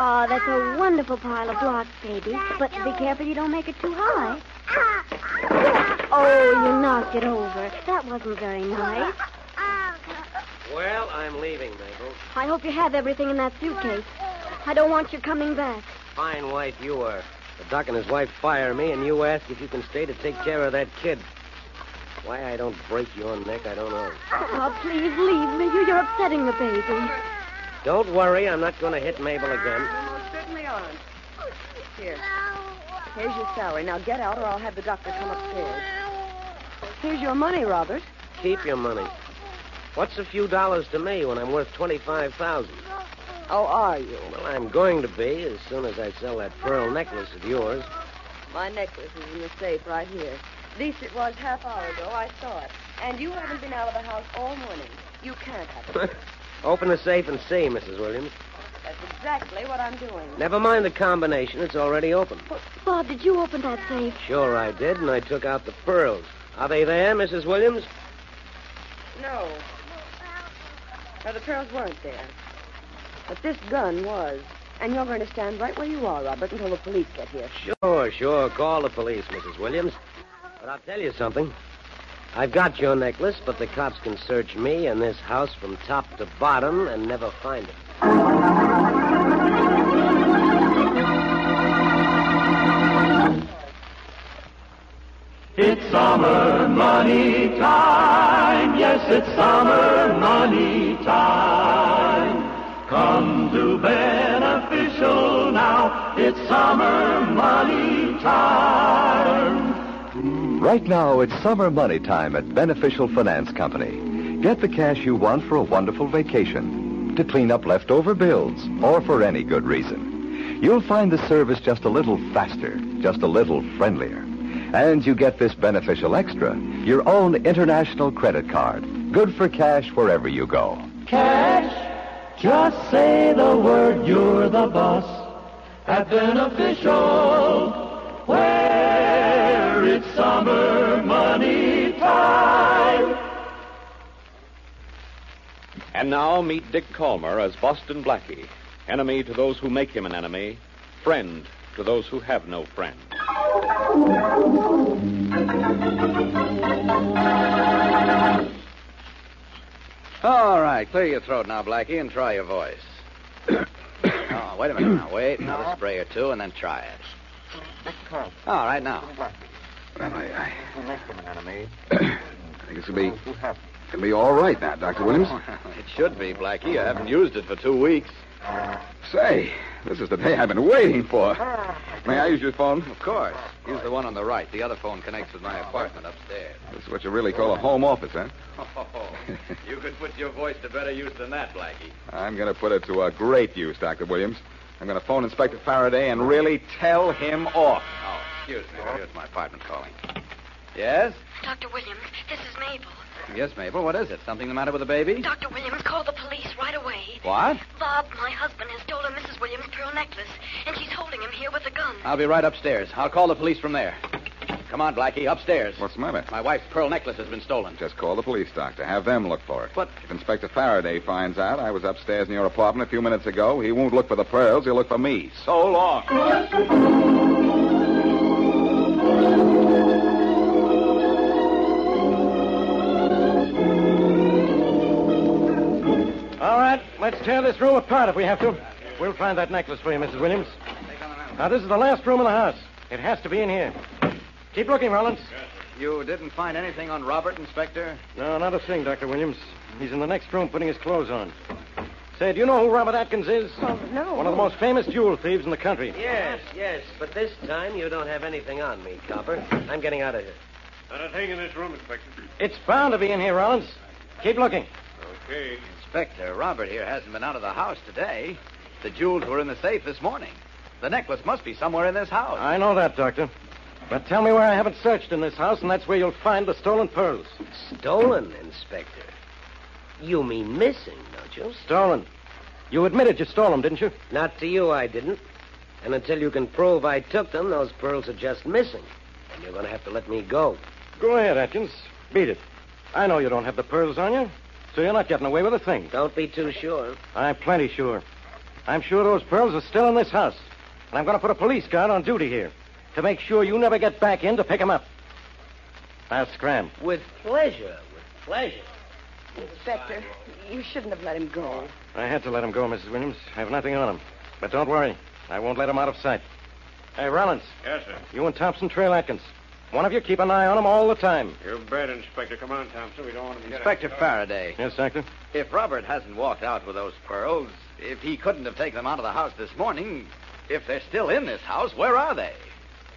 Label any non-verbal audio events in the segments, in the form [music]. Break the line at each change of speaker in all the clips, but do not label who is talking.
Oh, that's a wonderful pile of blocks, baby. But be careful you don't make it too high. Oh, you knocked it over. That wasn't very nice.
Well, I'm leaving, Mabel.
I hope you have everything in that suitcase. I don't want you coming back.
Fine wife you are. The doc and his wife fire me, and you ask if you can stay to take care of that kid. Why I don't break your neck, I don't know.
Oh, please leave me. You- You're upsetting the baby.
Don't worry, I'm not going to hit Mabel again.
You most Oh, certainly aren't. Here. Here's your salary. Now get out, or I'll have the doctor come upstairs. Here's your money, Robert.
Keep your money. What's a few dollars to me when I'm worth twenty-five thousand?
Oh, are you?
Well, I'm going to be as soon as I sell that pearl necklace of yours. [laughs]
My necklace is in the safe right here. At least it was half hour ago. I saw it. And you haven't been out of the house all morning. You can't have it.
Open the safe and see, Mrs. Williams.
That's exactly what I'm doing.
Never mind the combination; it's already open.
Bob, did you open that safe?
Sure, I did, and I took out the pearls. Are they there, Mrs. Williams?
No. No, the pearls weren't there. But this gun was. And you're going to stand right where you are, Robert, until the police get here.
Sure, sure. Call the police, Mrs. Williams. But I'll tell you something. I've got your necklace, but the cops can search me and this house from top to bottom and never find it.
It's summer money time. Yes, it's summer money time. Come to beneficial now. It's summer money time.
Right now, it's summer money time at Beneficial Finance Company. Get the cash you want for a wonderful vacation, to clean up leftover bills, or for any good reason. You'll find the service just a little faster, just a little friendlier. And you get this beneficial extra, your own international credit card. Good for cash wherever you go.
Cash, just say the word, you're the boss. At beneficial, where it's summer money time.
And now meet Dick Calmer as Boston Blackie, enemy to those who make him an enemy, friend to those who have no friend.
All right, clear your throat now, Blackie, and try your voice.
[coughs]
oh, wait a minute now. Wait, another spray or two, and then try it. All right, now.
I, I think this will be, it'll be all right now, Dr. Williams.
[laughs] It should be, Blackie. You haven't used it for two weeks.
Say, this is the day I've been waiting for. May I use your phone?
Of course. Use the one on the right. The other phone connects with my apartment upstairs.
This is what you really call a home office, huh?
Oh,
[laughs]
you could put your voice to better use than that, Blackie.
I'm going to put it to a great use, Dr. Williams. I'm going to phone Inspector Faraday and really tell him off.
Oh, excuse me. Here's my apartment calling. Yes?
Dr. Williams, this is Mabel.
Yes, Mabel. What is it? Something the matter with the baby?
Dr. Williams, call the police right away.
What?
Bob, my husband, has stolen Mrs. Williams' pearl necklace, and she's holding him here with a gun.
I'll be right upstairs. I'll call the police from there. Come on, Blackie, upstairs.
What's the matter?
My wife's pearl necklace has been stolen.
Just call the police, Doctor. Have them look for it.
But-
If Inspector Faraday finds out I was upstairs in your apartment a few minutes ago, he won't look for the pearls. He'll look for me. So long.
right, let's tear this room apart if we have to. We'll find that necklace for you, Mrs. Williams. Now, this is the last room in the house. It has to be in here. Keep looking, Rollins.
You didn't find anything on Robert, Inspector?
No, not a thing, Dr. Williams. He's in the next room putting his clothes on. Say, do you know who Robert Atkins is?
Oh, no.
One of the most famous jewel thieves in the country.
Yes, yes, but this time you don't have anything on me, copper. I'm getting out of here.
Not a thing in this room, Inspector.
It's bound to be in here, Rollins. Keep looking.
Okay.
Inspector, Robert here hasn't been out of the house today. The jewels were in the safe this morning. The necklace must be somewhere in this house.
I know that, Doctor. But tell me where I haven't searched in this house, and that's where you'll find the stolen pearls.
Stolen, Inspector? You mean missing, don't you?
Stolen. You admitted you stole them, didn't you?
Not to you, I didn't. And until you can prove I took them, those pearls are just missing. And you're going to have to let me go.
Go ahead, Atkins. Beat it. I know you don't have the pearls on you, so you're not getting away with a thing.
Don't be too sure.
I'm plenty sure. I'm sure those pearls are still in this house. And I'm going to put a police guard on duty here to make sure you never get back in to pick 'em up. Now, scram.
With pleasure, with pleasure.
Inspector, you shouldn't have let him go.
I had to let him go, Mrs. Williams. I have nothing on him. But don't worry. I won't let him out of sight. Hey, Rollins.
Yes, sir.
You and Thompson trail Atkins. One of you keep an eye on him all the time.
You bet, Inspector. Come on, Thompson. We don't want to be.
Inspector Faraday.
Yes, Doctor?
If Robert hasn't walked out with those pearls, if he couldn't have taken them out of the house this morning, if they're still in this house, where are they?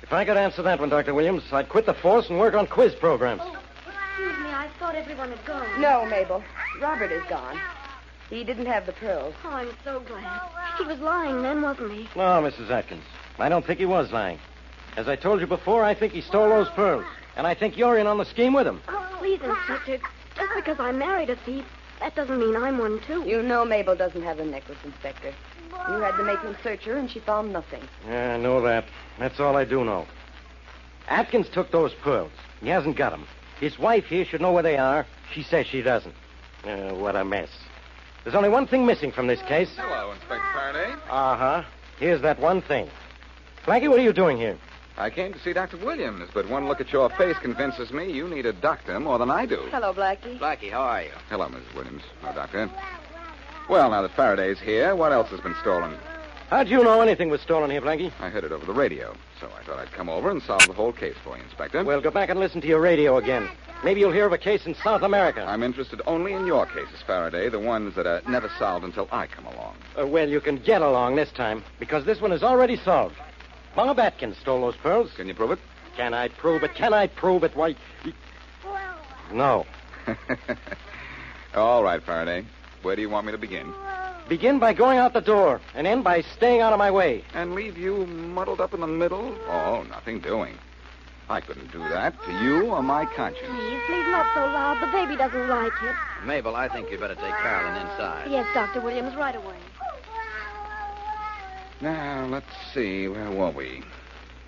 If I could answer that one, Dr. Williams, I'd quit the force and work on quiz programs.
Oh, Excuse me, I thought everyone had gone.
No, Mabel. Robert is gone. He didn't have the pearls.
Oh, I'm so glad. He was lying then, wasn't he?
No, Mrs. Atkins. I don't think he was lying. As I told you before, I think he stole those pearls. And I think you're in on the scheme with him.
Oh, please, Inspector. Just because I married a thief, that doesn't mean I'm one, too.
You know Mabel doesn't have the necklace, Inspector. You had to make him search her, and she found nothing.
Yeah, I know that. That's all I do know. Atkins took those pearls. He hasn't got 'em. His wife here should know where they are. She says she doesn't. Uh, what a mess. There's only one thing missing from this case.
Hello, Inspector Faraday.
Uh huh. Here's that one thing. Blackie, what are you doing here?
I came to see Dr. Williams, but one look at your face convinces me you need a doctor more than I do.
Hello, Blackie.
Blackie, how are you?
Hello, Mrs. Williams. Hello, Doctor. Well, now that Faraday's here, what else has been stolen?
How'd you know anything was stolen here, Blackie?
I heard it over the radio, so I thought I'd come over and solve the whole case for you, Inspector.
Well, go back and listen to your radio again. Maybe you'll hear of a case in South America.
I'm interested only in your cases, Faraday, the ones that are never solved until I come along.
Uh, well, you can get along this time, because this one is already solved. Bob Atkins stole those pearls.
Can you prove it?
Can I prove it? Can I prove it?
[laughs]
Why? No.
All right, Faraday. Where do you want me to begin?
Begin by going out the door and end by staying out of my way.
And leave you muddled up in the middle? Oh, nothing doing. I couldn't do that to you or my conscience.
Please, please, not so loud. The baby doesn't like it.
Mabel, I think you better take Carolyn inside.
Yes, Dr. Williams, right away.
Now, let's see. Where were we?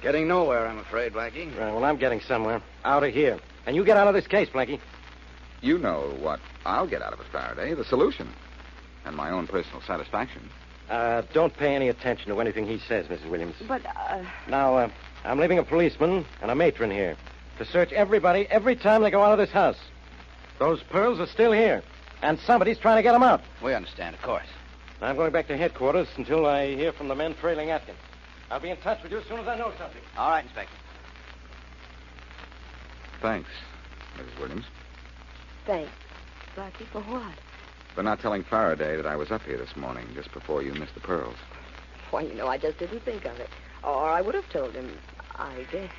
Getting nowhere, I'm afraid, Blackie.
Right, Uh, well, I'm getting somewhere. Out of here. And you get out of this case, Blackie.
You know what I'll get out of it, Faraday the solution. And my own personal satisfaction.
Uh, don't pay any attention to anything he says, Mrs. Williams.
But, uh,
Now, uh, I'm leaving a policeman and a matron here to search everybody every time they go out of this house. Those pearls are still here, and somebody's trying to get them out.
We understand, of course.
I'm going back to headquarters until I hear from the men trailing Atkins. I'll be in touch with you as soon as I know something.
All right, Inspector.
Thanks, Mrs. Williams,
thanks. Blackie, for what?
for not telling Faraday that I was up here this morning just before you missed the pearls.
Why, you know, I just didn't think of it. Or I would have told him, I guess.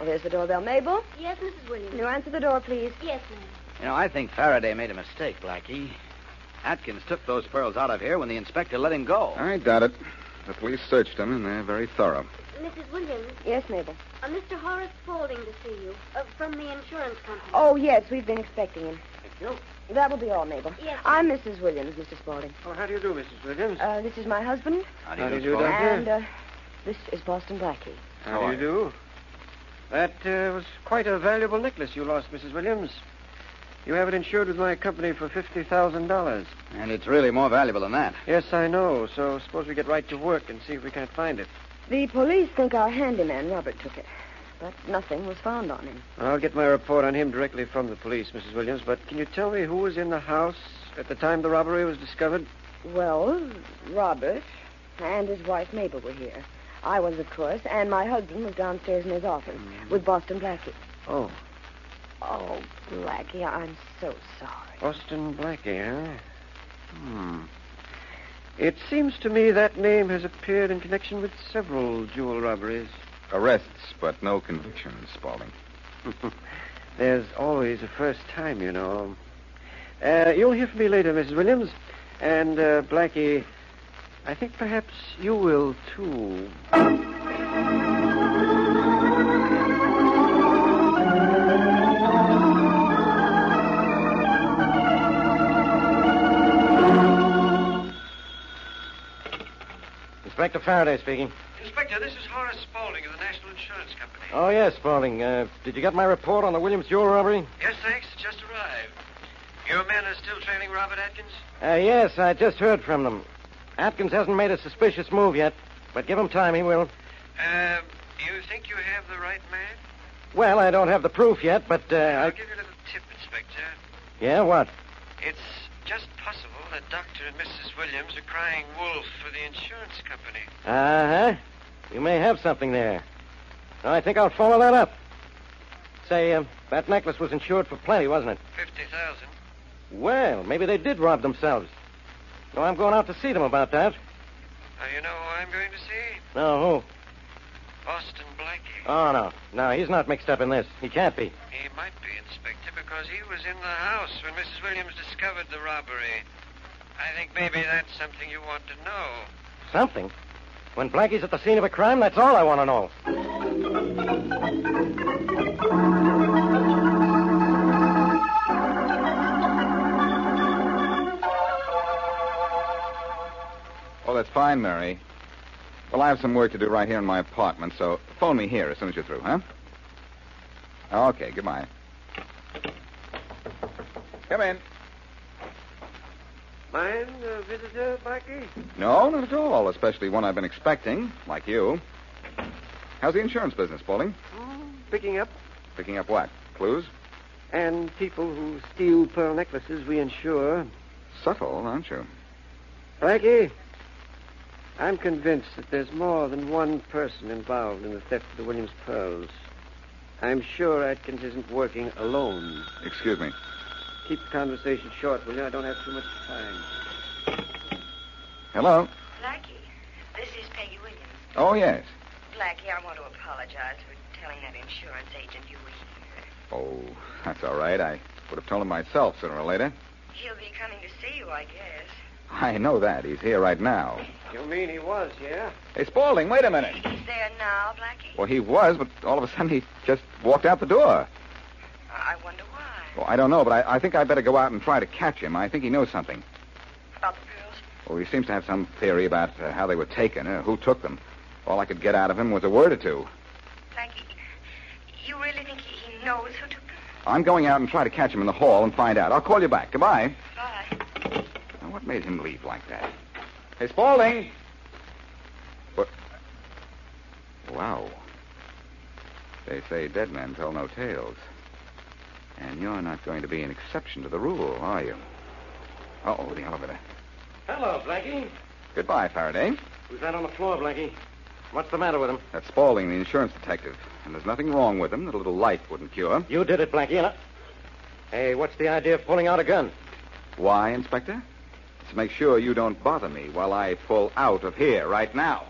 Oh, there's the doorbell. Mabel,
Yes, Mrs. Williams.
can you answer the door, please?
Yes, ma'am.
You know, I think Faraday made a mistake, Blackie. Atkins took those pearls out of here when the inspector let him go.
I doubt it. The police searched them, and they're very thorough.
Mrs. Williams,
Yes, Mabel.
uh, Mr. Horace Spaulding to see you uh, from the insurance company.
Oh, yes, we've been expecting him.
Thank you.
That will be all, Mabel.
Yes, ma'am.
I'm Mrs. Williams, Mr. Spaulding.
Oh, how do you do, Mrs. Williams?
Uh, this is my husband.
How do
How
you
do
do,
you do,
Spaulding?
Doctor?
And, uh, this is Boston Blackie.
how,
how
do you do? That uh, was quite a valuable necklace you lost, Mrs. Williams. You have it insured with my company for fifty thousand dollars.
And it's really more valuable than that.
Yes, I know. So suppose we get right to work and see if we can't find it.
The police think our handyman, Robert, took it. But nothing was found on him.
I'll get my report on him directly from the police, Mrs. Williams. But can you tell me who was in the house at the time the robbery was discovered?
Well, Robert and his wife Mabel were here. I was, of course, and my husband was downstairs in his office with Boston Blackie.
Oh,
Oh, Blackie, I'm so sorry.
Boston Blackie, huh? Hmm. It seems to me that name has appeared in connection with several jewel robberies.
Arrests, but no convictions, Spaulding.
[laughs] There's always a first time, you know. Uh, you'll hear from me later, Mrs. Williams. And, uh, Blackie, I think perhaps you will, too.
Inspector Faraday speaking.
Inspector, this is Horace Spaulding of the National Insurance Company.
Oh, yes, Spaulding. Uh, did you get my report on the Williams Jewel robbery?
Yes, thanks. It Just arrived. Your men are still trailing Robert Atkins?
Uh, yes, I just heard from them. Atkins hasn't made a suspicious move yet, but give him time, he will.
Um, you think you have the right man?
Well, I don't have the proof yet, but uh,
I'll
I...
give you a little tip, Inspector.
Yeah, what?
It's just possible that Dr. and Mrs. Williams are crying wolf for the insurance company.
Uh huh. You may have something there. I think I'll follow that up. Say, um, that necklace was insured for plenty, wasn't it?
50000
Well, maybe they did rob themselves. No, I'm going out to see them about that.
Now, Uh, you know who I'm going to see?
No,
Boston Blackie.
who? Oh, no. No, he's not mixed up in this. He can't be.
He might be, Inspector, because he was in the house when Mrs. Williams discovered the robbery. I think maybe that's something you want to know.
Something. When Blackie's at the scene of a crime, that's all I want to know.
Oh, that's fine, Mary. Well, I have some work to do right here in my apartment, so phone me here as soon as you're through, huh? Okay, goodbye. Come in.
Mind a visitor, Blackie?
No, not at all, especially one I've been expecting, like you. How's the insurance business, Spaulding?
Picking up.
Picking up what? Clues?
And people who steal pearl necklaces we insure.
Subtle, aren't you?
Blackie, I'm convinced that there's more than one person involved in the theft of the Williams pearls. I'm sure Atkins isn't working alone.
Excuse me.
Keep the conversation short, will you? I don't have too much time.
Hello?
Blackie, this is Peggy Williams.
Oh, yes.
Blackie, I want to apologize for telling that insurance agent you were here.
Oh, [laughs] that's all right. I would have told him myself sooner or later.
He'll be coming to see you, I guess.
I know that. He's here right now.
You mean he was, yeah?
Hey, Spaulding, wait a minute.
He's there now, Blackie.
Well, he was, but all of a sudden he just walked out the door.
I wonder why.
Well, I don't know, but I, I think I'd better go out and try to catch him. I think he knows something.
About the pearls?
Well, he seems to have some theory about uh, how they were taken or who took them. All I could get out of him was a word or two.
Blackie, you really think he, he knows who took them?
I'm going out and try to catch him in the hall and find out. I'll call you back. Goodbye.
Bye.
Now, what made him leave like that? Hey, Spaulding! What? Wow. They say dead men tell no tales. And you're not going to be an exception to the rule, are you? Uh-oh, the elevator.
Hello, Blackie.
Goodbye, Faraday.
Who's that on the floor, Blackie? What's the matter with him?
That's Spaulding, the insurance detective. And there's nothing wrong with him that a little life wouldn't cure.
You did it, Blackie. and I- Hey, what's the idea of pulling out a gun?
Why, Inspector? It's to make sure you don't bother me while I pull out of here right now.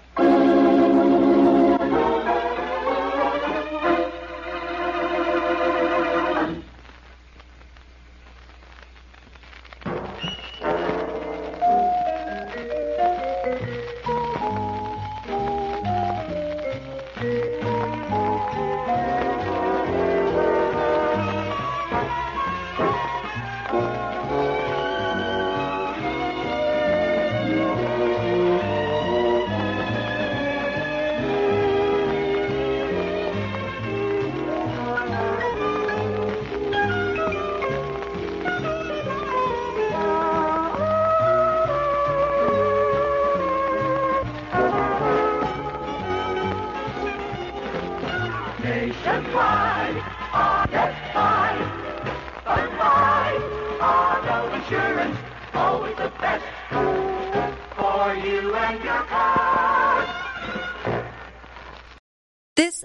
insurance, always the best for you and your car.
This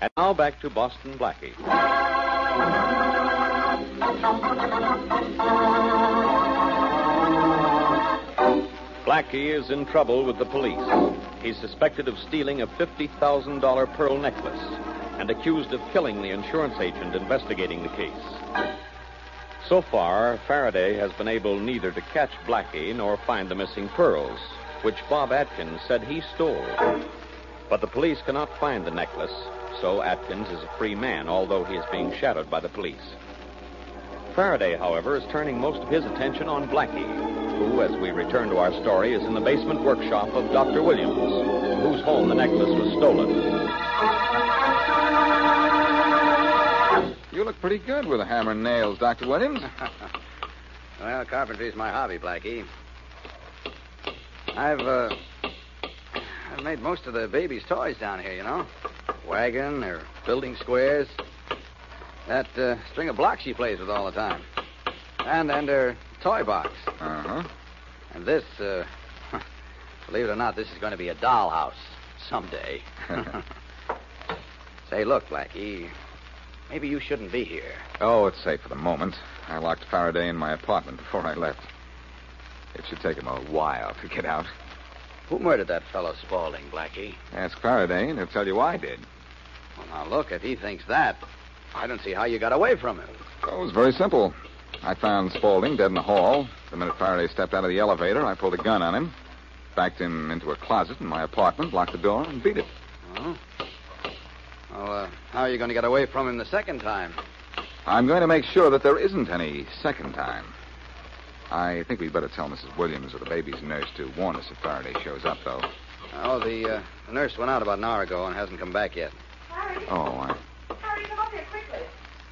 And now back to Boston Blackie. Blackie is in trouble with the police. He's suspected of stealing a $50,000 pearl necklace and accused of killing the insurance agent investigating the case. So far, Faraday has been able neither to catch Blackie nor find the missing pearls, which Bob Atkins said he stole. But the police cannot find the necklace, so Atkins is a free man, although he is being shadowed by the police. Faraday, however, is turning most of his attention on Blackie, who, as we return to our story, is in the basement workshop of Dr. Williams, from whose home the necklace was stolen.
You look pretty good with a hammer and nails, Dr. Williams.
Well, carpentry's my hobby, Blackie. I've, uh, I've made most of the baby's toys down here, you know. Wagon or building squares. That uh, string of blocks she plays with all the time. And, and her toy box.
Uh huh.
And this, uh, [laughs] believe it or not, this is going to be a dollhouse
[laughs]
someday. Say, look, Blackie, maybe you shouldn't be here.
[laughs] Oh, it's safe for the moment. I locked Faraday in my apartment before I left. It should take him a while to get out.
Who murdered that fellow Spaulding, Blackie?
Ask Faraday, and he'll tell you I did.
Well, now look, if he thinks that, I don't see how you got away from him.
Oh, it was very simple. I found Spaulding dead in the hall. The minute Faraday stepped out of the elevator, I pulled a gun on him, backed him into a closet in my apartment, locked the door, and beat it.
Huh? Well, uh, how are you going to get away from him the second time?
I'm going to make sure that there isn't any second time. I think we'd better tell Mrs. Williams or the baby's nurse to warn us if Faraday shows up, though.
Oh, the, uh, the nurse went out about an hour ago and hasn't come back yet.
Oh, I...
Hurry, come up here quickly.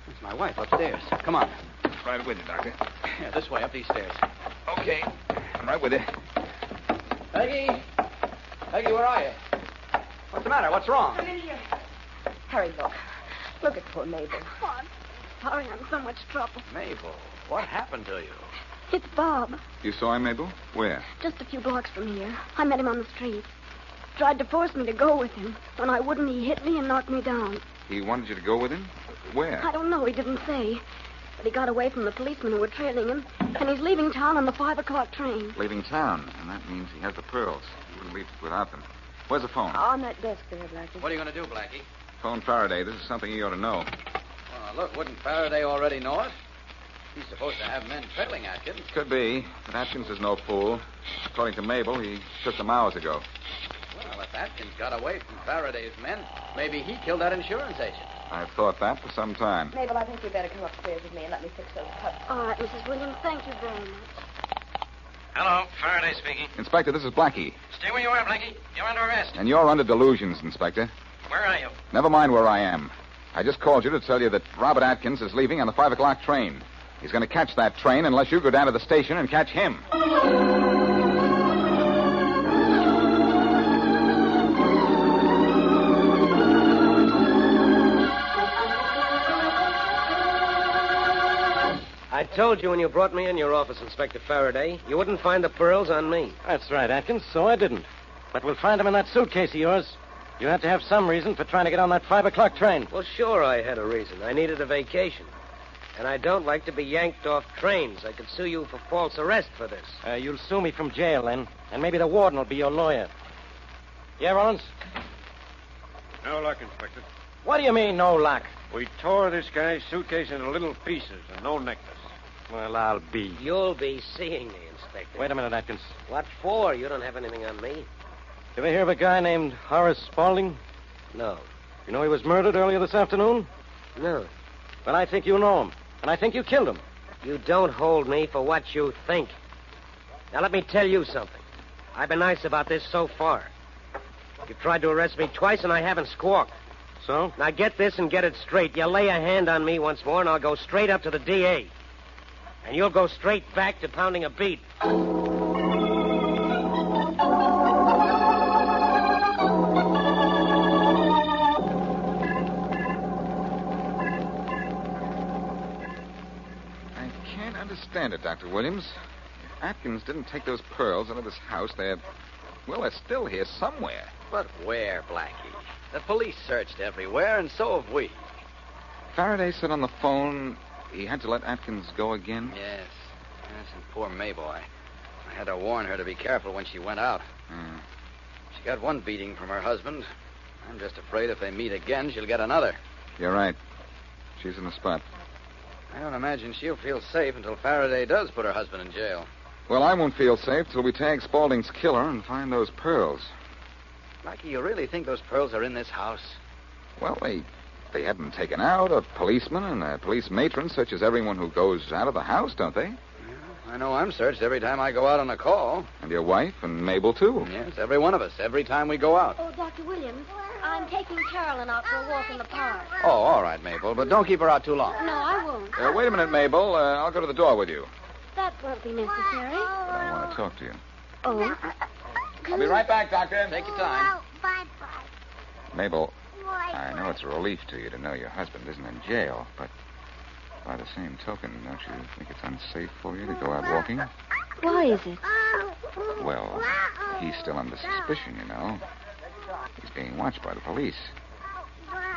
It's my wife upstairs. Come on.
Right with you, Doctor.
Yeah, this way, up these stairs.
Okay. I'm right with you.
Peggy! Peggy, where are you? What's the matter? What's wrong?
Come in here.
Hurry, look. Look at poor Mabel.
Oh, I'm sorry I'm in so much trouble.
Mabel, what happened to you?
It's Bob,
You saw him, Mabel? Where?
just a few blocks from here. I met him on the street. Tried to force me to go with him. When I wouldn't, he hit me and knocked me down.
He wanted you to go with him? Where?
I don't know. He didn't say. But he got away from the policemen who were trailing him, and he's leaving town on the five o'clock train.
Leaving town, and that means he has the pearls. He wouldn't leave without them. Where's the phone?
On that desk there, Blackie.
What are you going to do, Blackie?
Phone Faraday. This is something he ought to know.
Well, look, wouldn't Faraday already know it? He's supposed to have men trailing Atkins.
Could be, but Atkins is no fool. According to Mabel, he took them hours ago.
Well, if Atkins got away from Faraday's men, maybe he killed that insurance agent.
I've thought that for some time.
Mabel, I think you'd better come upstairs with me and let me fix those cups.
All right, Mrs. Williams, thank you very much.
Hello, Faraday speaking.
Inspector, this is Blackie,
Stay where you are, Blackie. You're under arrest.
and you're under delusions, Inspector.
Where are you?
Never mind where I am. I just called you to tell you that Robert Atkins is leaving on the five o'clock train. He's going to catch that train unless you go down to the station and catch him.
I told you when you brought me in your office, Inspector Faraday, you wouldn't find the pearls on me.
That's right, Atkins. So I didn't. But we'll find him in that suitcase of yours. You have to have some reason for trying to get on that five o'clock train.
Well, sure, I had a reason. I needed a vacation. And I don't like to be yanked off trains. I could sue you for false arrest for this.
Uh, you'll sue me from jail then, and maybe the warden will be your lawyer. Yeah, Rollins?
No luck, Inspector.
What do you mean, no luck?
We tore this guy's suitcase into little pieces and no necklace.
Well, I'll be.
You'll be seeing me, Inspector.
Wait a minute, Atkins.
What for? You don't have anything on me.
You ever hear of a guy named Horace Spaulding?
No.
You know he was murdered earlier this afternoon?
No.
Well, I think you know him, and I think you killed him.
You don't hold me for what you think. Now, let me tell you something. I've been nice about this so far. You've tried to arrest me twice, and I haven't squawked.
So?
Now, get this and get it straight. You lay a hand on me once more, and I'll go straight up to the DA. And you'll go straight back to pounding a beat.
I can't understand it, Dr. Williams. If Atkins didn't take those pearls out of his house, they're. Well, they're still here somewhere.
But where, Blackie? The police searched everywhere, and so have we.
Faraday said on the phone he had to let Atkins go again.
Yes. Yes, and poor Mabel. I, I had to warn her to be careful when she went out.
Hmm.
She got one beating from her husband. I'm just afraid if they meet again, she'll get another.
You're right. She's in the spot.
I don't imagine she'll feel safe until Faraday does put her husband in jail.
Well, I won't feel safe till we tag Spaulding's killer and find those pearls.
Blackie, you really think those pearls are in this house?
Well, they they had them taken out, a policeman and a police matron searches everyone who goes out of the house, don't they?
I know I'm searched every time I go out on a call.
And your wife and Mabel, too.
Yes, every one of us, every time we go out.
Oh, Dr. Williams, I'm taking Carolyn out for a walk in the park.
Oh, all right, Mabel, but don't keep her out too
No,
long.
I won't.
Uh, wait a minute, Mabel. Uh, I'll go to the door with you.
That won't be necessary.
But I want to talk to you.
Oh.
I'll be right back, Doctor.
Take your time.
Mabel, I know it's a relief to you to know your husband isn't in jail, but by the same token, don't you think it's unsafe for you to go out walking?
Why is it?
Well, he's still under suspicion, you know. He's being watched by the police.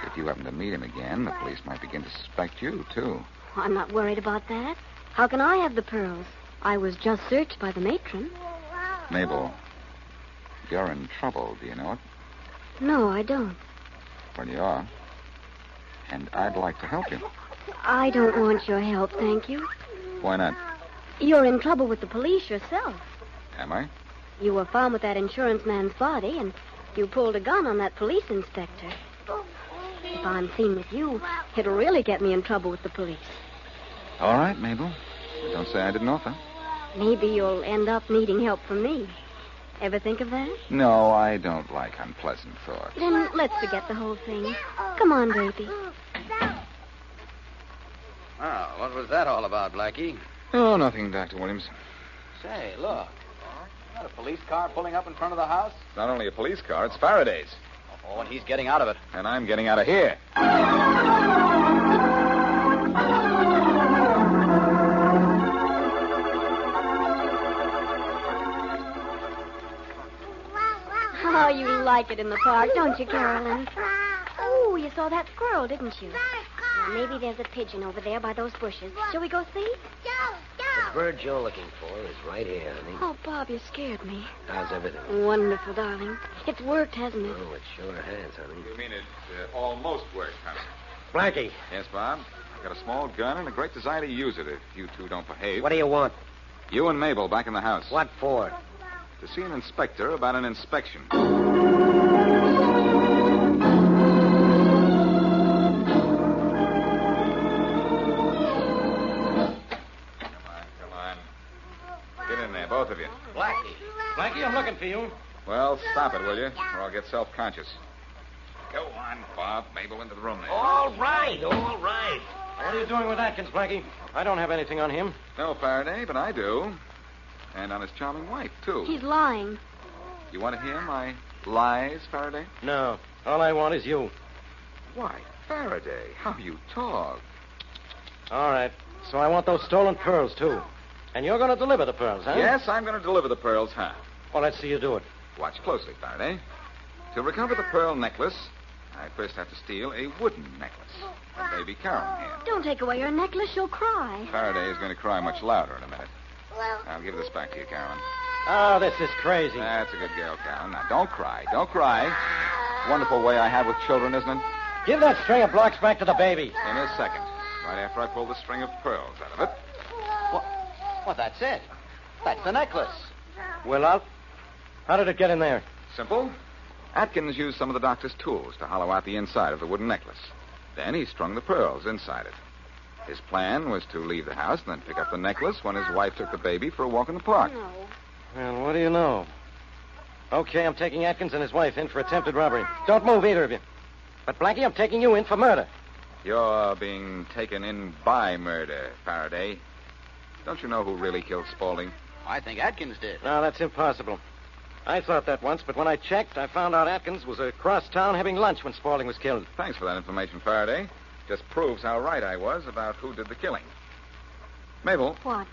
If you happen to meet him again, the police might begin to suspect you, too.
I'm not worried about that. How can I have the pearls? I was just searched by the matron.
Mabel, you're in trouble, do you know it?
No, I don't.
Well, you are. And I'd like to help you.
I don't want your help, thank you.
Why not?
You're in trouble with the police yourself.
Am I?
You were found with that insurance man's body, and you pulled a gun on that police inspector. If I'm seen with you, it'll really get me in trouble with the police.
All right, Mabel. But Don't say I didn't offer.
Maybe you'll end up needing help from me. Ever think of that?
No, I don't like unpleasant thoughts.
Then let's forget the whole thing. Come on, [laughs] baby.
Oh, what was that all about, Blackie?
Oh, nothing, Dr. Williams.
Say, look. Is that a police car pulling up in front of the house?
It's not only a police car, it's Faraday's.
Oh, and he's getting out of it.
And I'm getting out of here.
How Oh, you like it in the park, don't you, Carolyn? Oh, you saw that squirrel, didn't you? Now, maybe there's a pigeon over there by those bushes. Shall we go see?
The bird you're looking for is right here, honey.
Oh, Bob, you scared me.
How's everything?
Wonderful, darling. It's worked, hasn't it?
Oh, it sure has, honey.
You mean it uh, almost worked, huh?
Blackie,
Yes, Bob. I've got a small gun and a great desire to use it if you two don't behave.
what do you want?
You and Mabel back in the house.
What for?
To see an inspector about an inspection. Come on, come on. Get in there, both of you.
Blackie. Blackie, I'm looking for you.
Well, stop it, will you? Or I'll get self conscious. Go on, Bob. Mabel, into the room there.
All right, all right.
What are you doing with Atkins, Blackie? I don't have anything on him.
No, Faraday, but I do. And on his charming wife, too.
He's lying.
You want to hear my lies, Faraday?
No. All I want is you.
Why, Faraday, how you talk.
All right. So I want those stolen pearls, too. And you're going to deliver the pearls, huh?
Yes, I'm going to deliver the pearls, huh?
Well, let's see you do it.
Watch closely, Faraday. To recover the pearl necklace, I first have to steal a wooden necklace. A baby Carol here.
Don't take away her necklace. She'll cry.
Faraday is going to cry much louder in a minute. I'll give this back to you, Carolyn.
Oh, this is crazy.
That's a good girl, Carolyn. Now, don't cry. Don't cry. Wonderful way I have with children, isn't it?
Give that string of blocks back to the baby.
In a second. Right after I pull the string of pearls out of it.
Well, that's it. That's the necklace.
Well, out. How did it get in there?
Simple. Atkins used some of the doctor's tools to hollow out the inside of the wooden necklace. Then he strung the pearls inside it. His plan was to leave the house and then pick up the necklace when his wife took the baby for a walk in the park.
No.
What do you know? Okay, I'm taking Atkins and his wife in for attempted robbery. Don't move, either of you. But, Blackie, I'm taking you in for murder.
You're being taken in by murder, Faraday. Don't you know who really killed Spaulding?
I think Atkins did.
No, that's impossible. I thought that once, but when I checked, I found out Atkins was across town having lunch when Spaulding was killed.
Thanks for that information, Faraday. Just proves how right I was about who did the killing. Mabel,
What?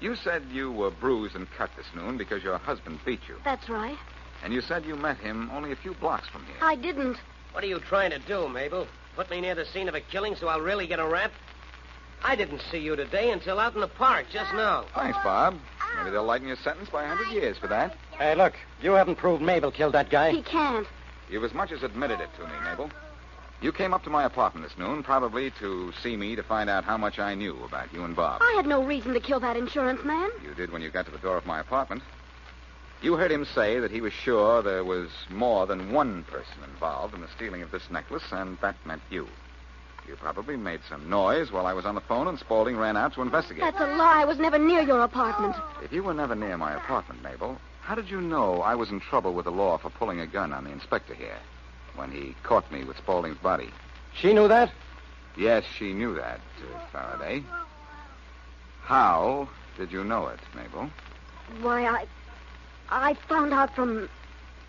you said you were bruised and cut this noon because your husband beat you.
That's right.
And you said you met him only a few blocks from here.
I didn't.
What are you trying to do, Mabel? Put me near the scene of a killing so I'll really get a rap? I didn't see you today until out in the park just now.
Thanks, Bob. Maybe they'll lighten your sentence by a hundred years for that.
Hey, look, you haven't proved Mabel killed that guy.
He can't.
You've as much as admitted it to me, Mabel. You came up to my apartment this noon, probably to see me to find out how much I knew about you and Bob.
I had no reason to kill that insurance man.
You did when you got to the door of my apartment. You heard him say that he was sure there was more than one person involved in the stealing of this necklace, and that meant you. You probably made some noise while I was on the phone, and Spaulding ran out to investigate.
That's a lie. I was never near your apartment.
If you were never near my apartment, Mabel, how did you know I was in trouble with the law for pulling a gun on the inspector here when he caught me with Spaulding's body?
She knew that?
Yes, she knew that, uh, Faraday. How did you know it, Mabel?
Why, I. I found out from.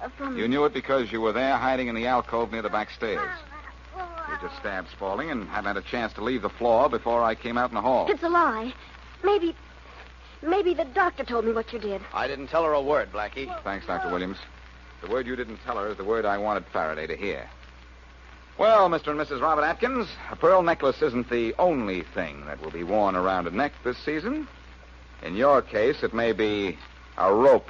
uh, from.
You knew it because you were there hiding in the alcove near the back stairs. You just stabbed Spaulding and hadn't had a chance to leave the floor before I came out in the hall.
It's a lie. Maybe. Maybe the doctor told me what you did.
I didn't tell her a word, Blackie.
Thanks, Dr. Williams. The word you didn't tell her is the word I wanted Faraday to hear. Well, Mr. and Mrs. Robert Atkins, a pearl necklace isn't the only thing that will be worn around a neck this season. In your case, it may be a rope.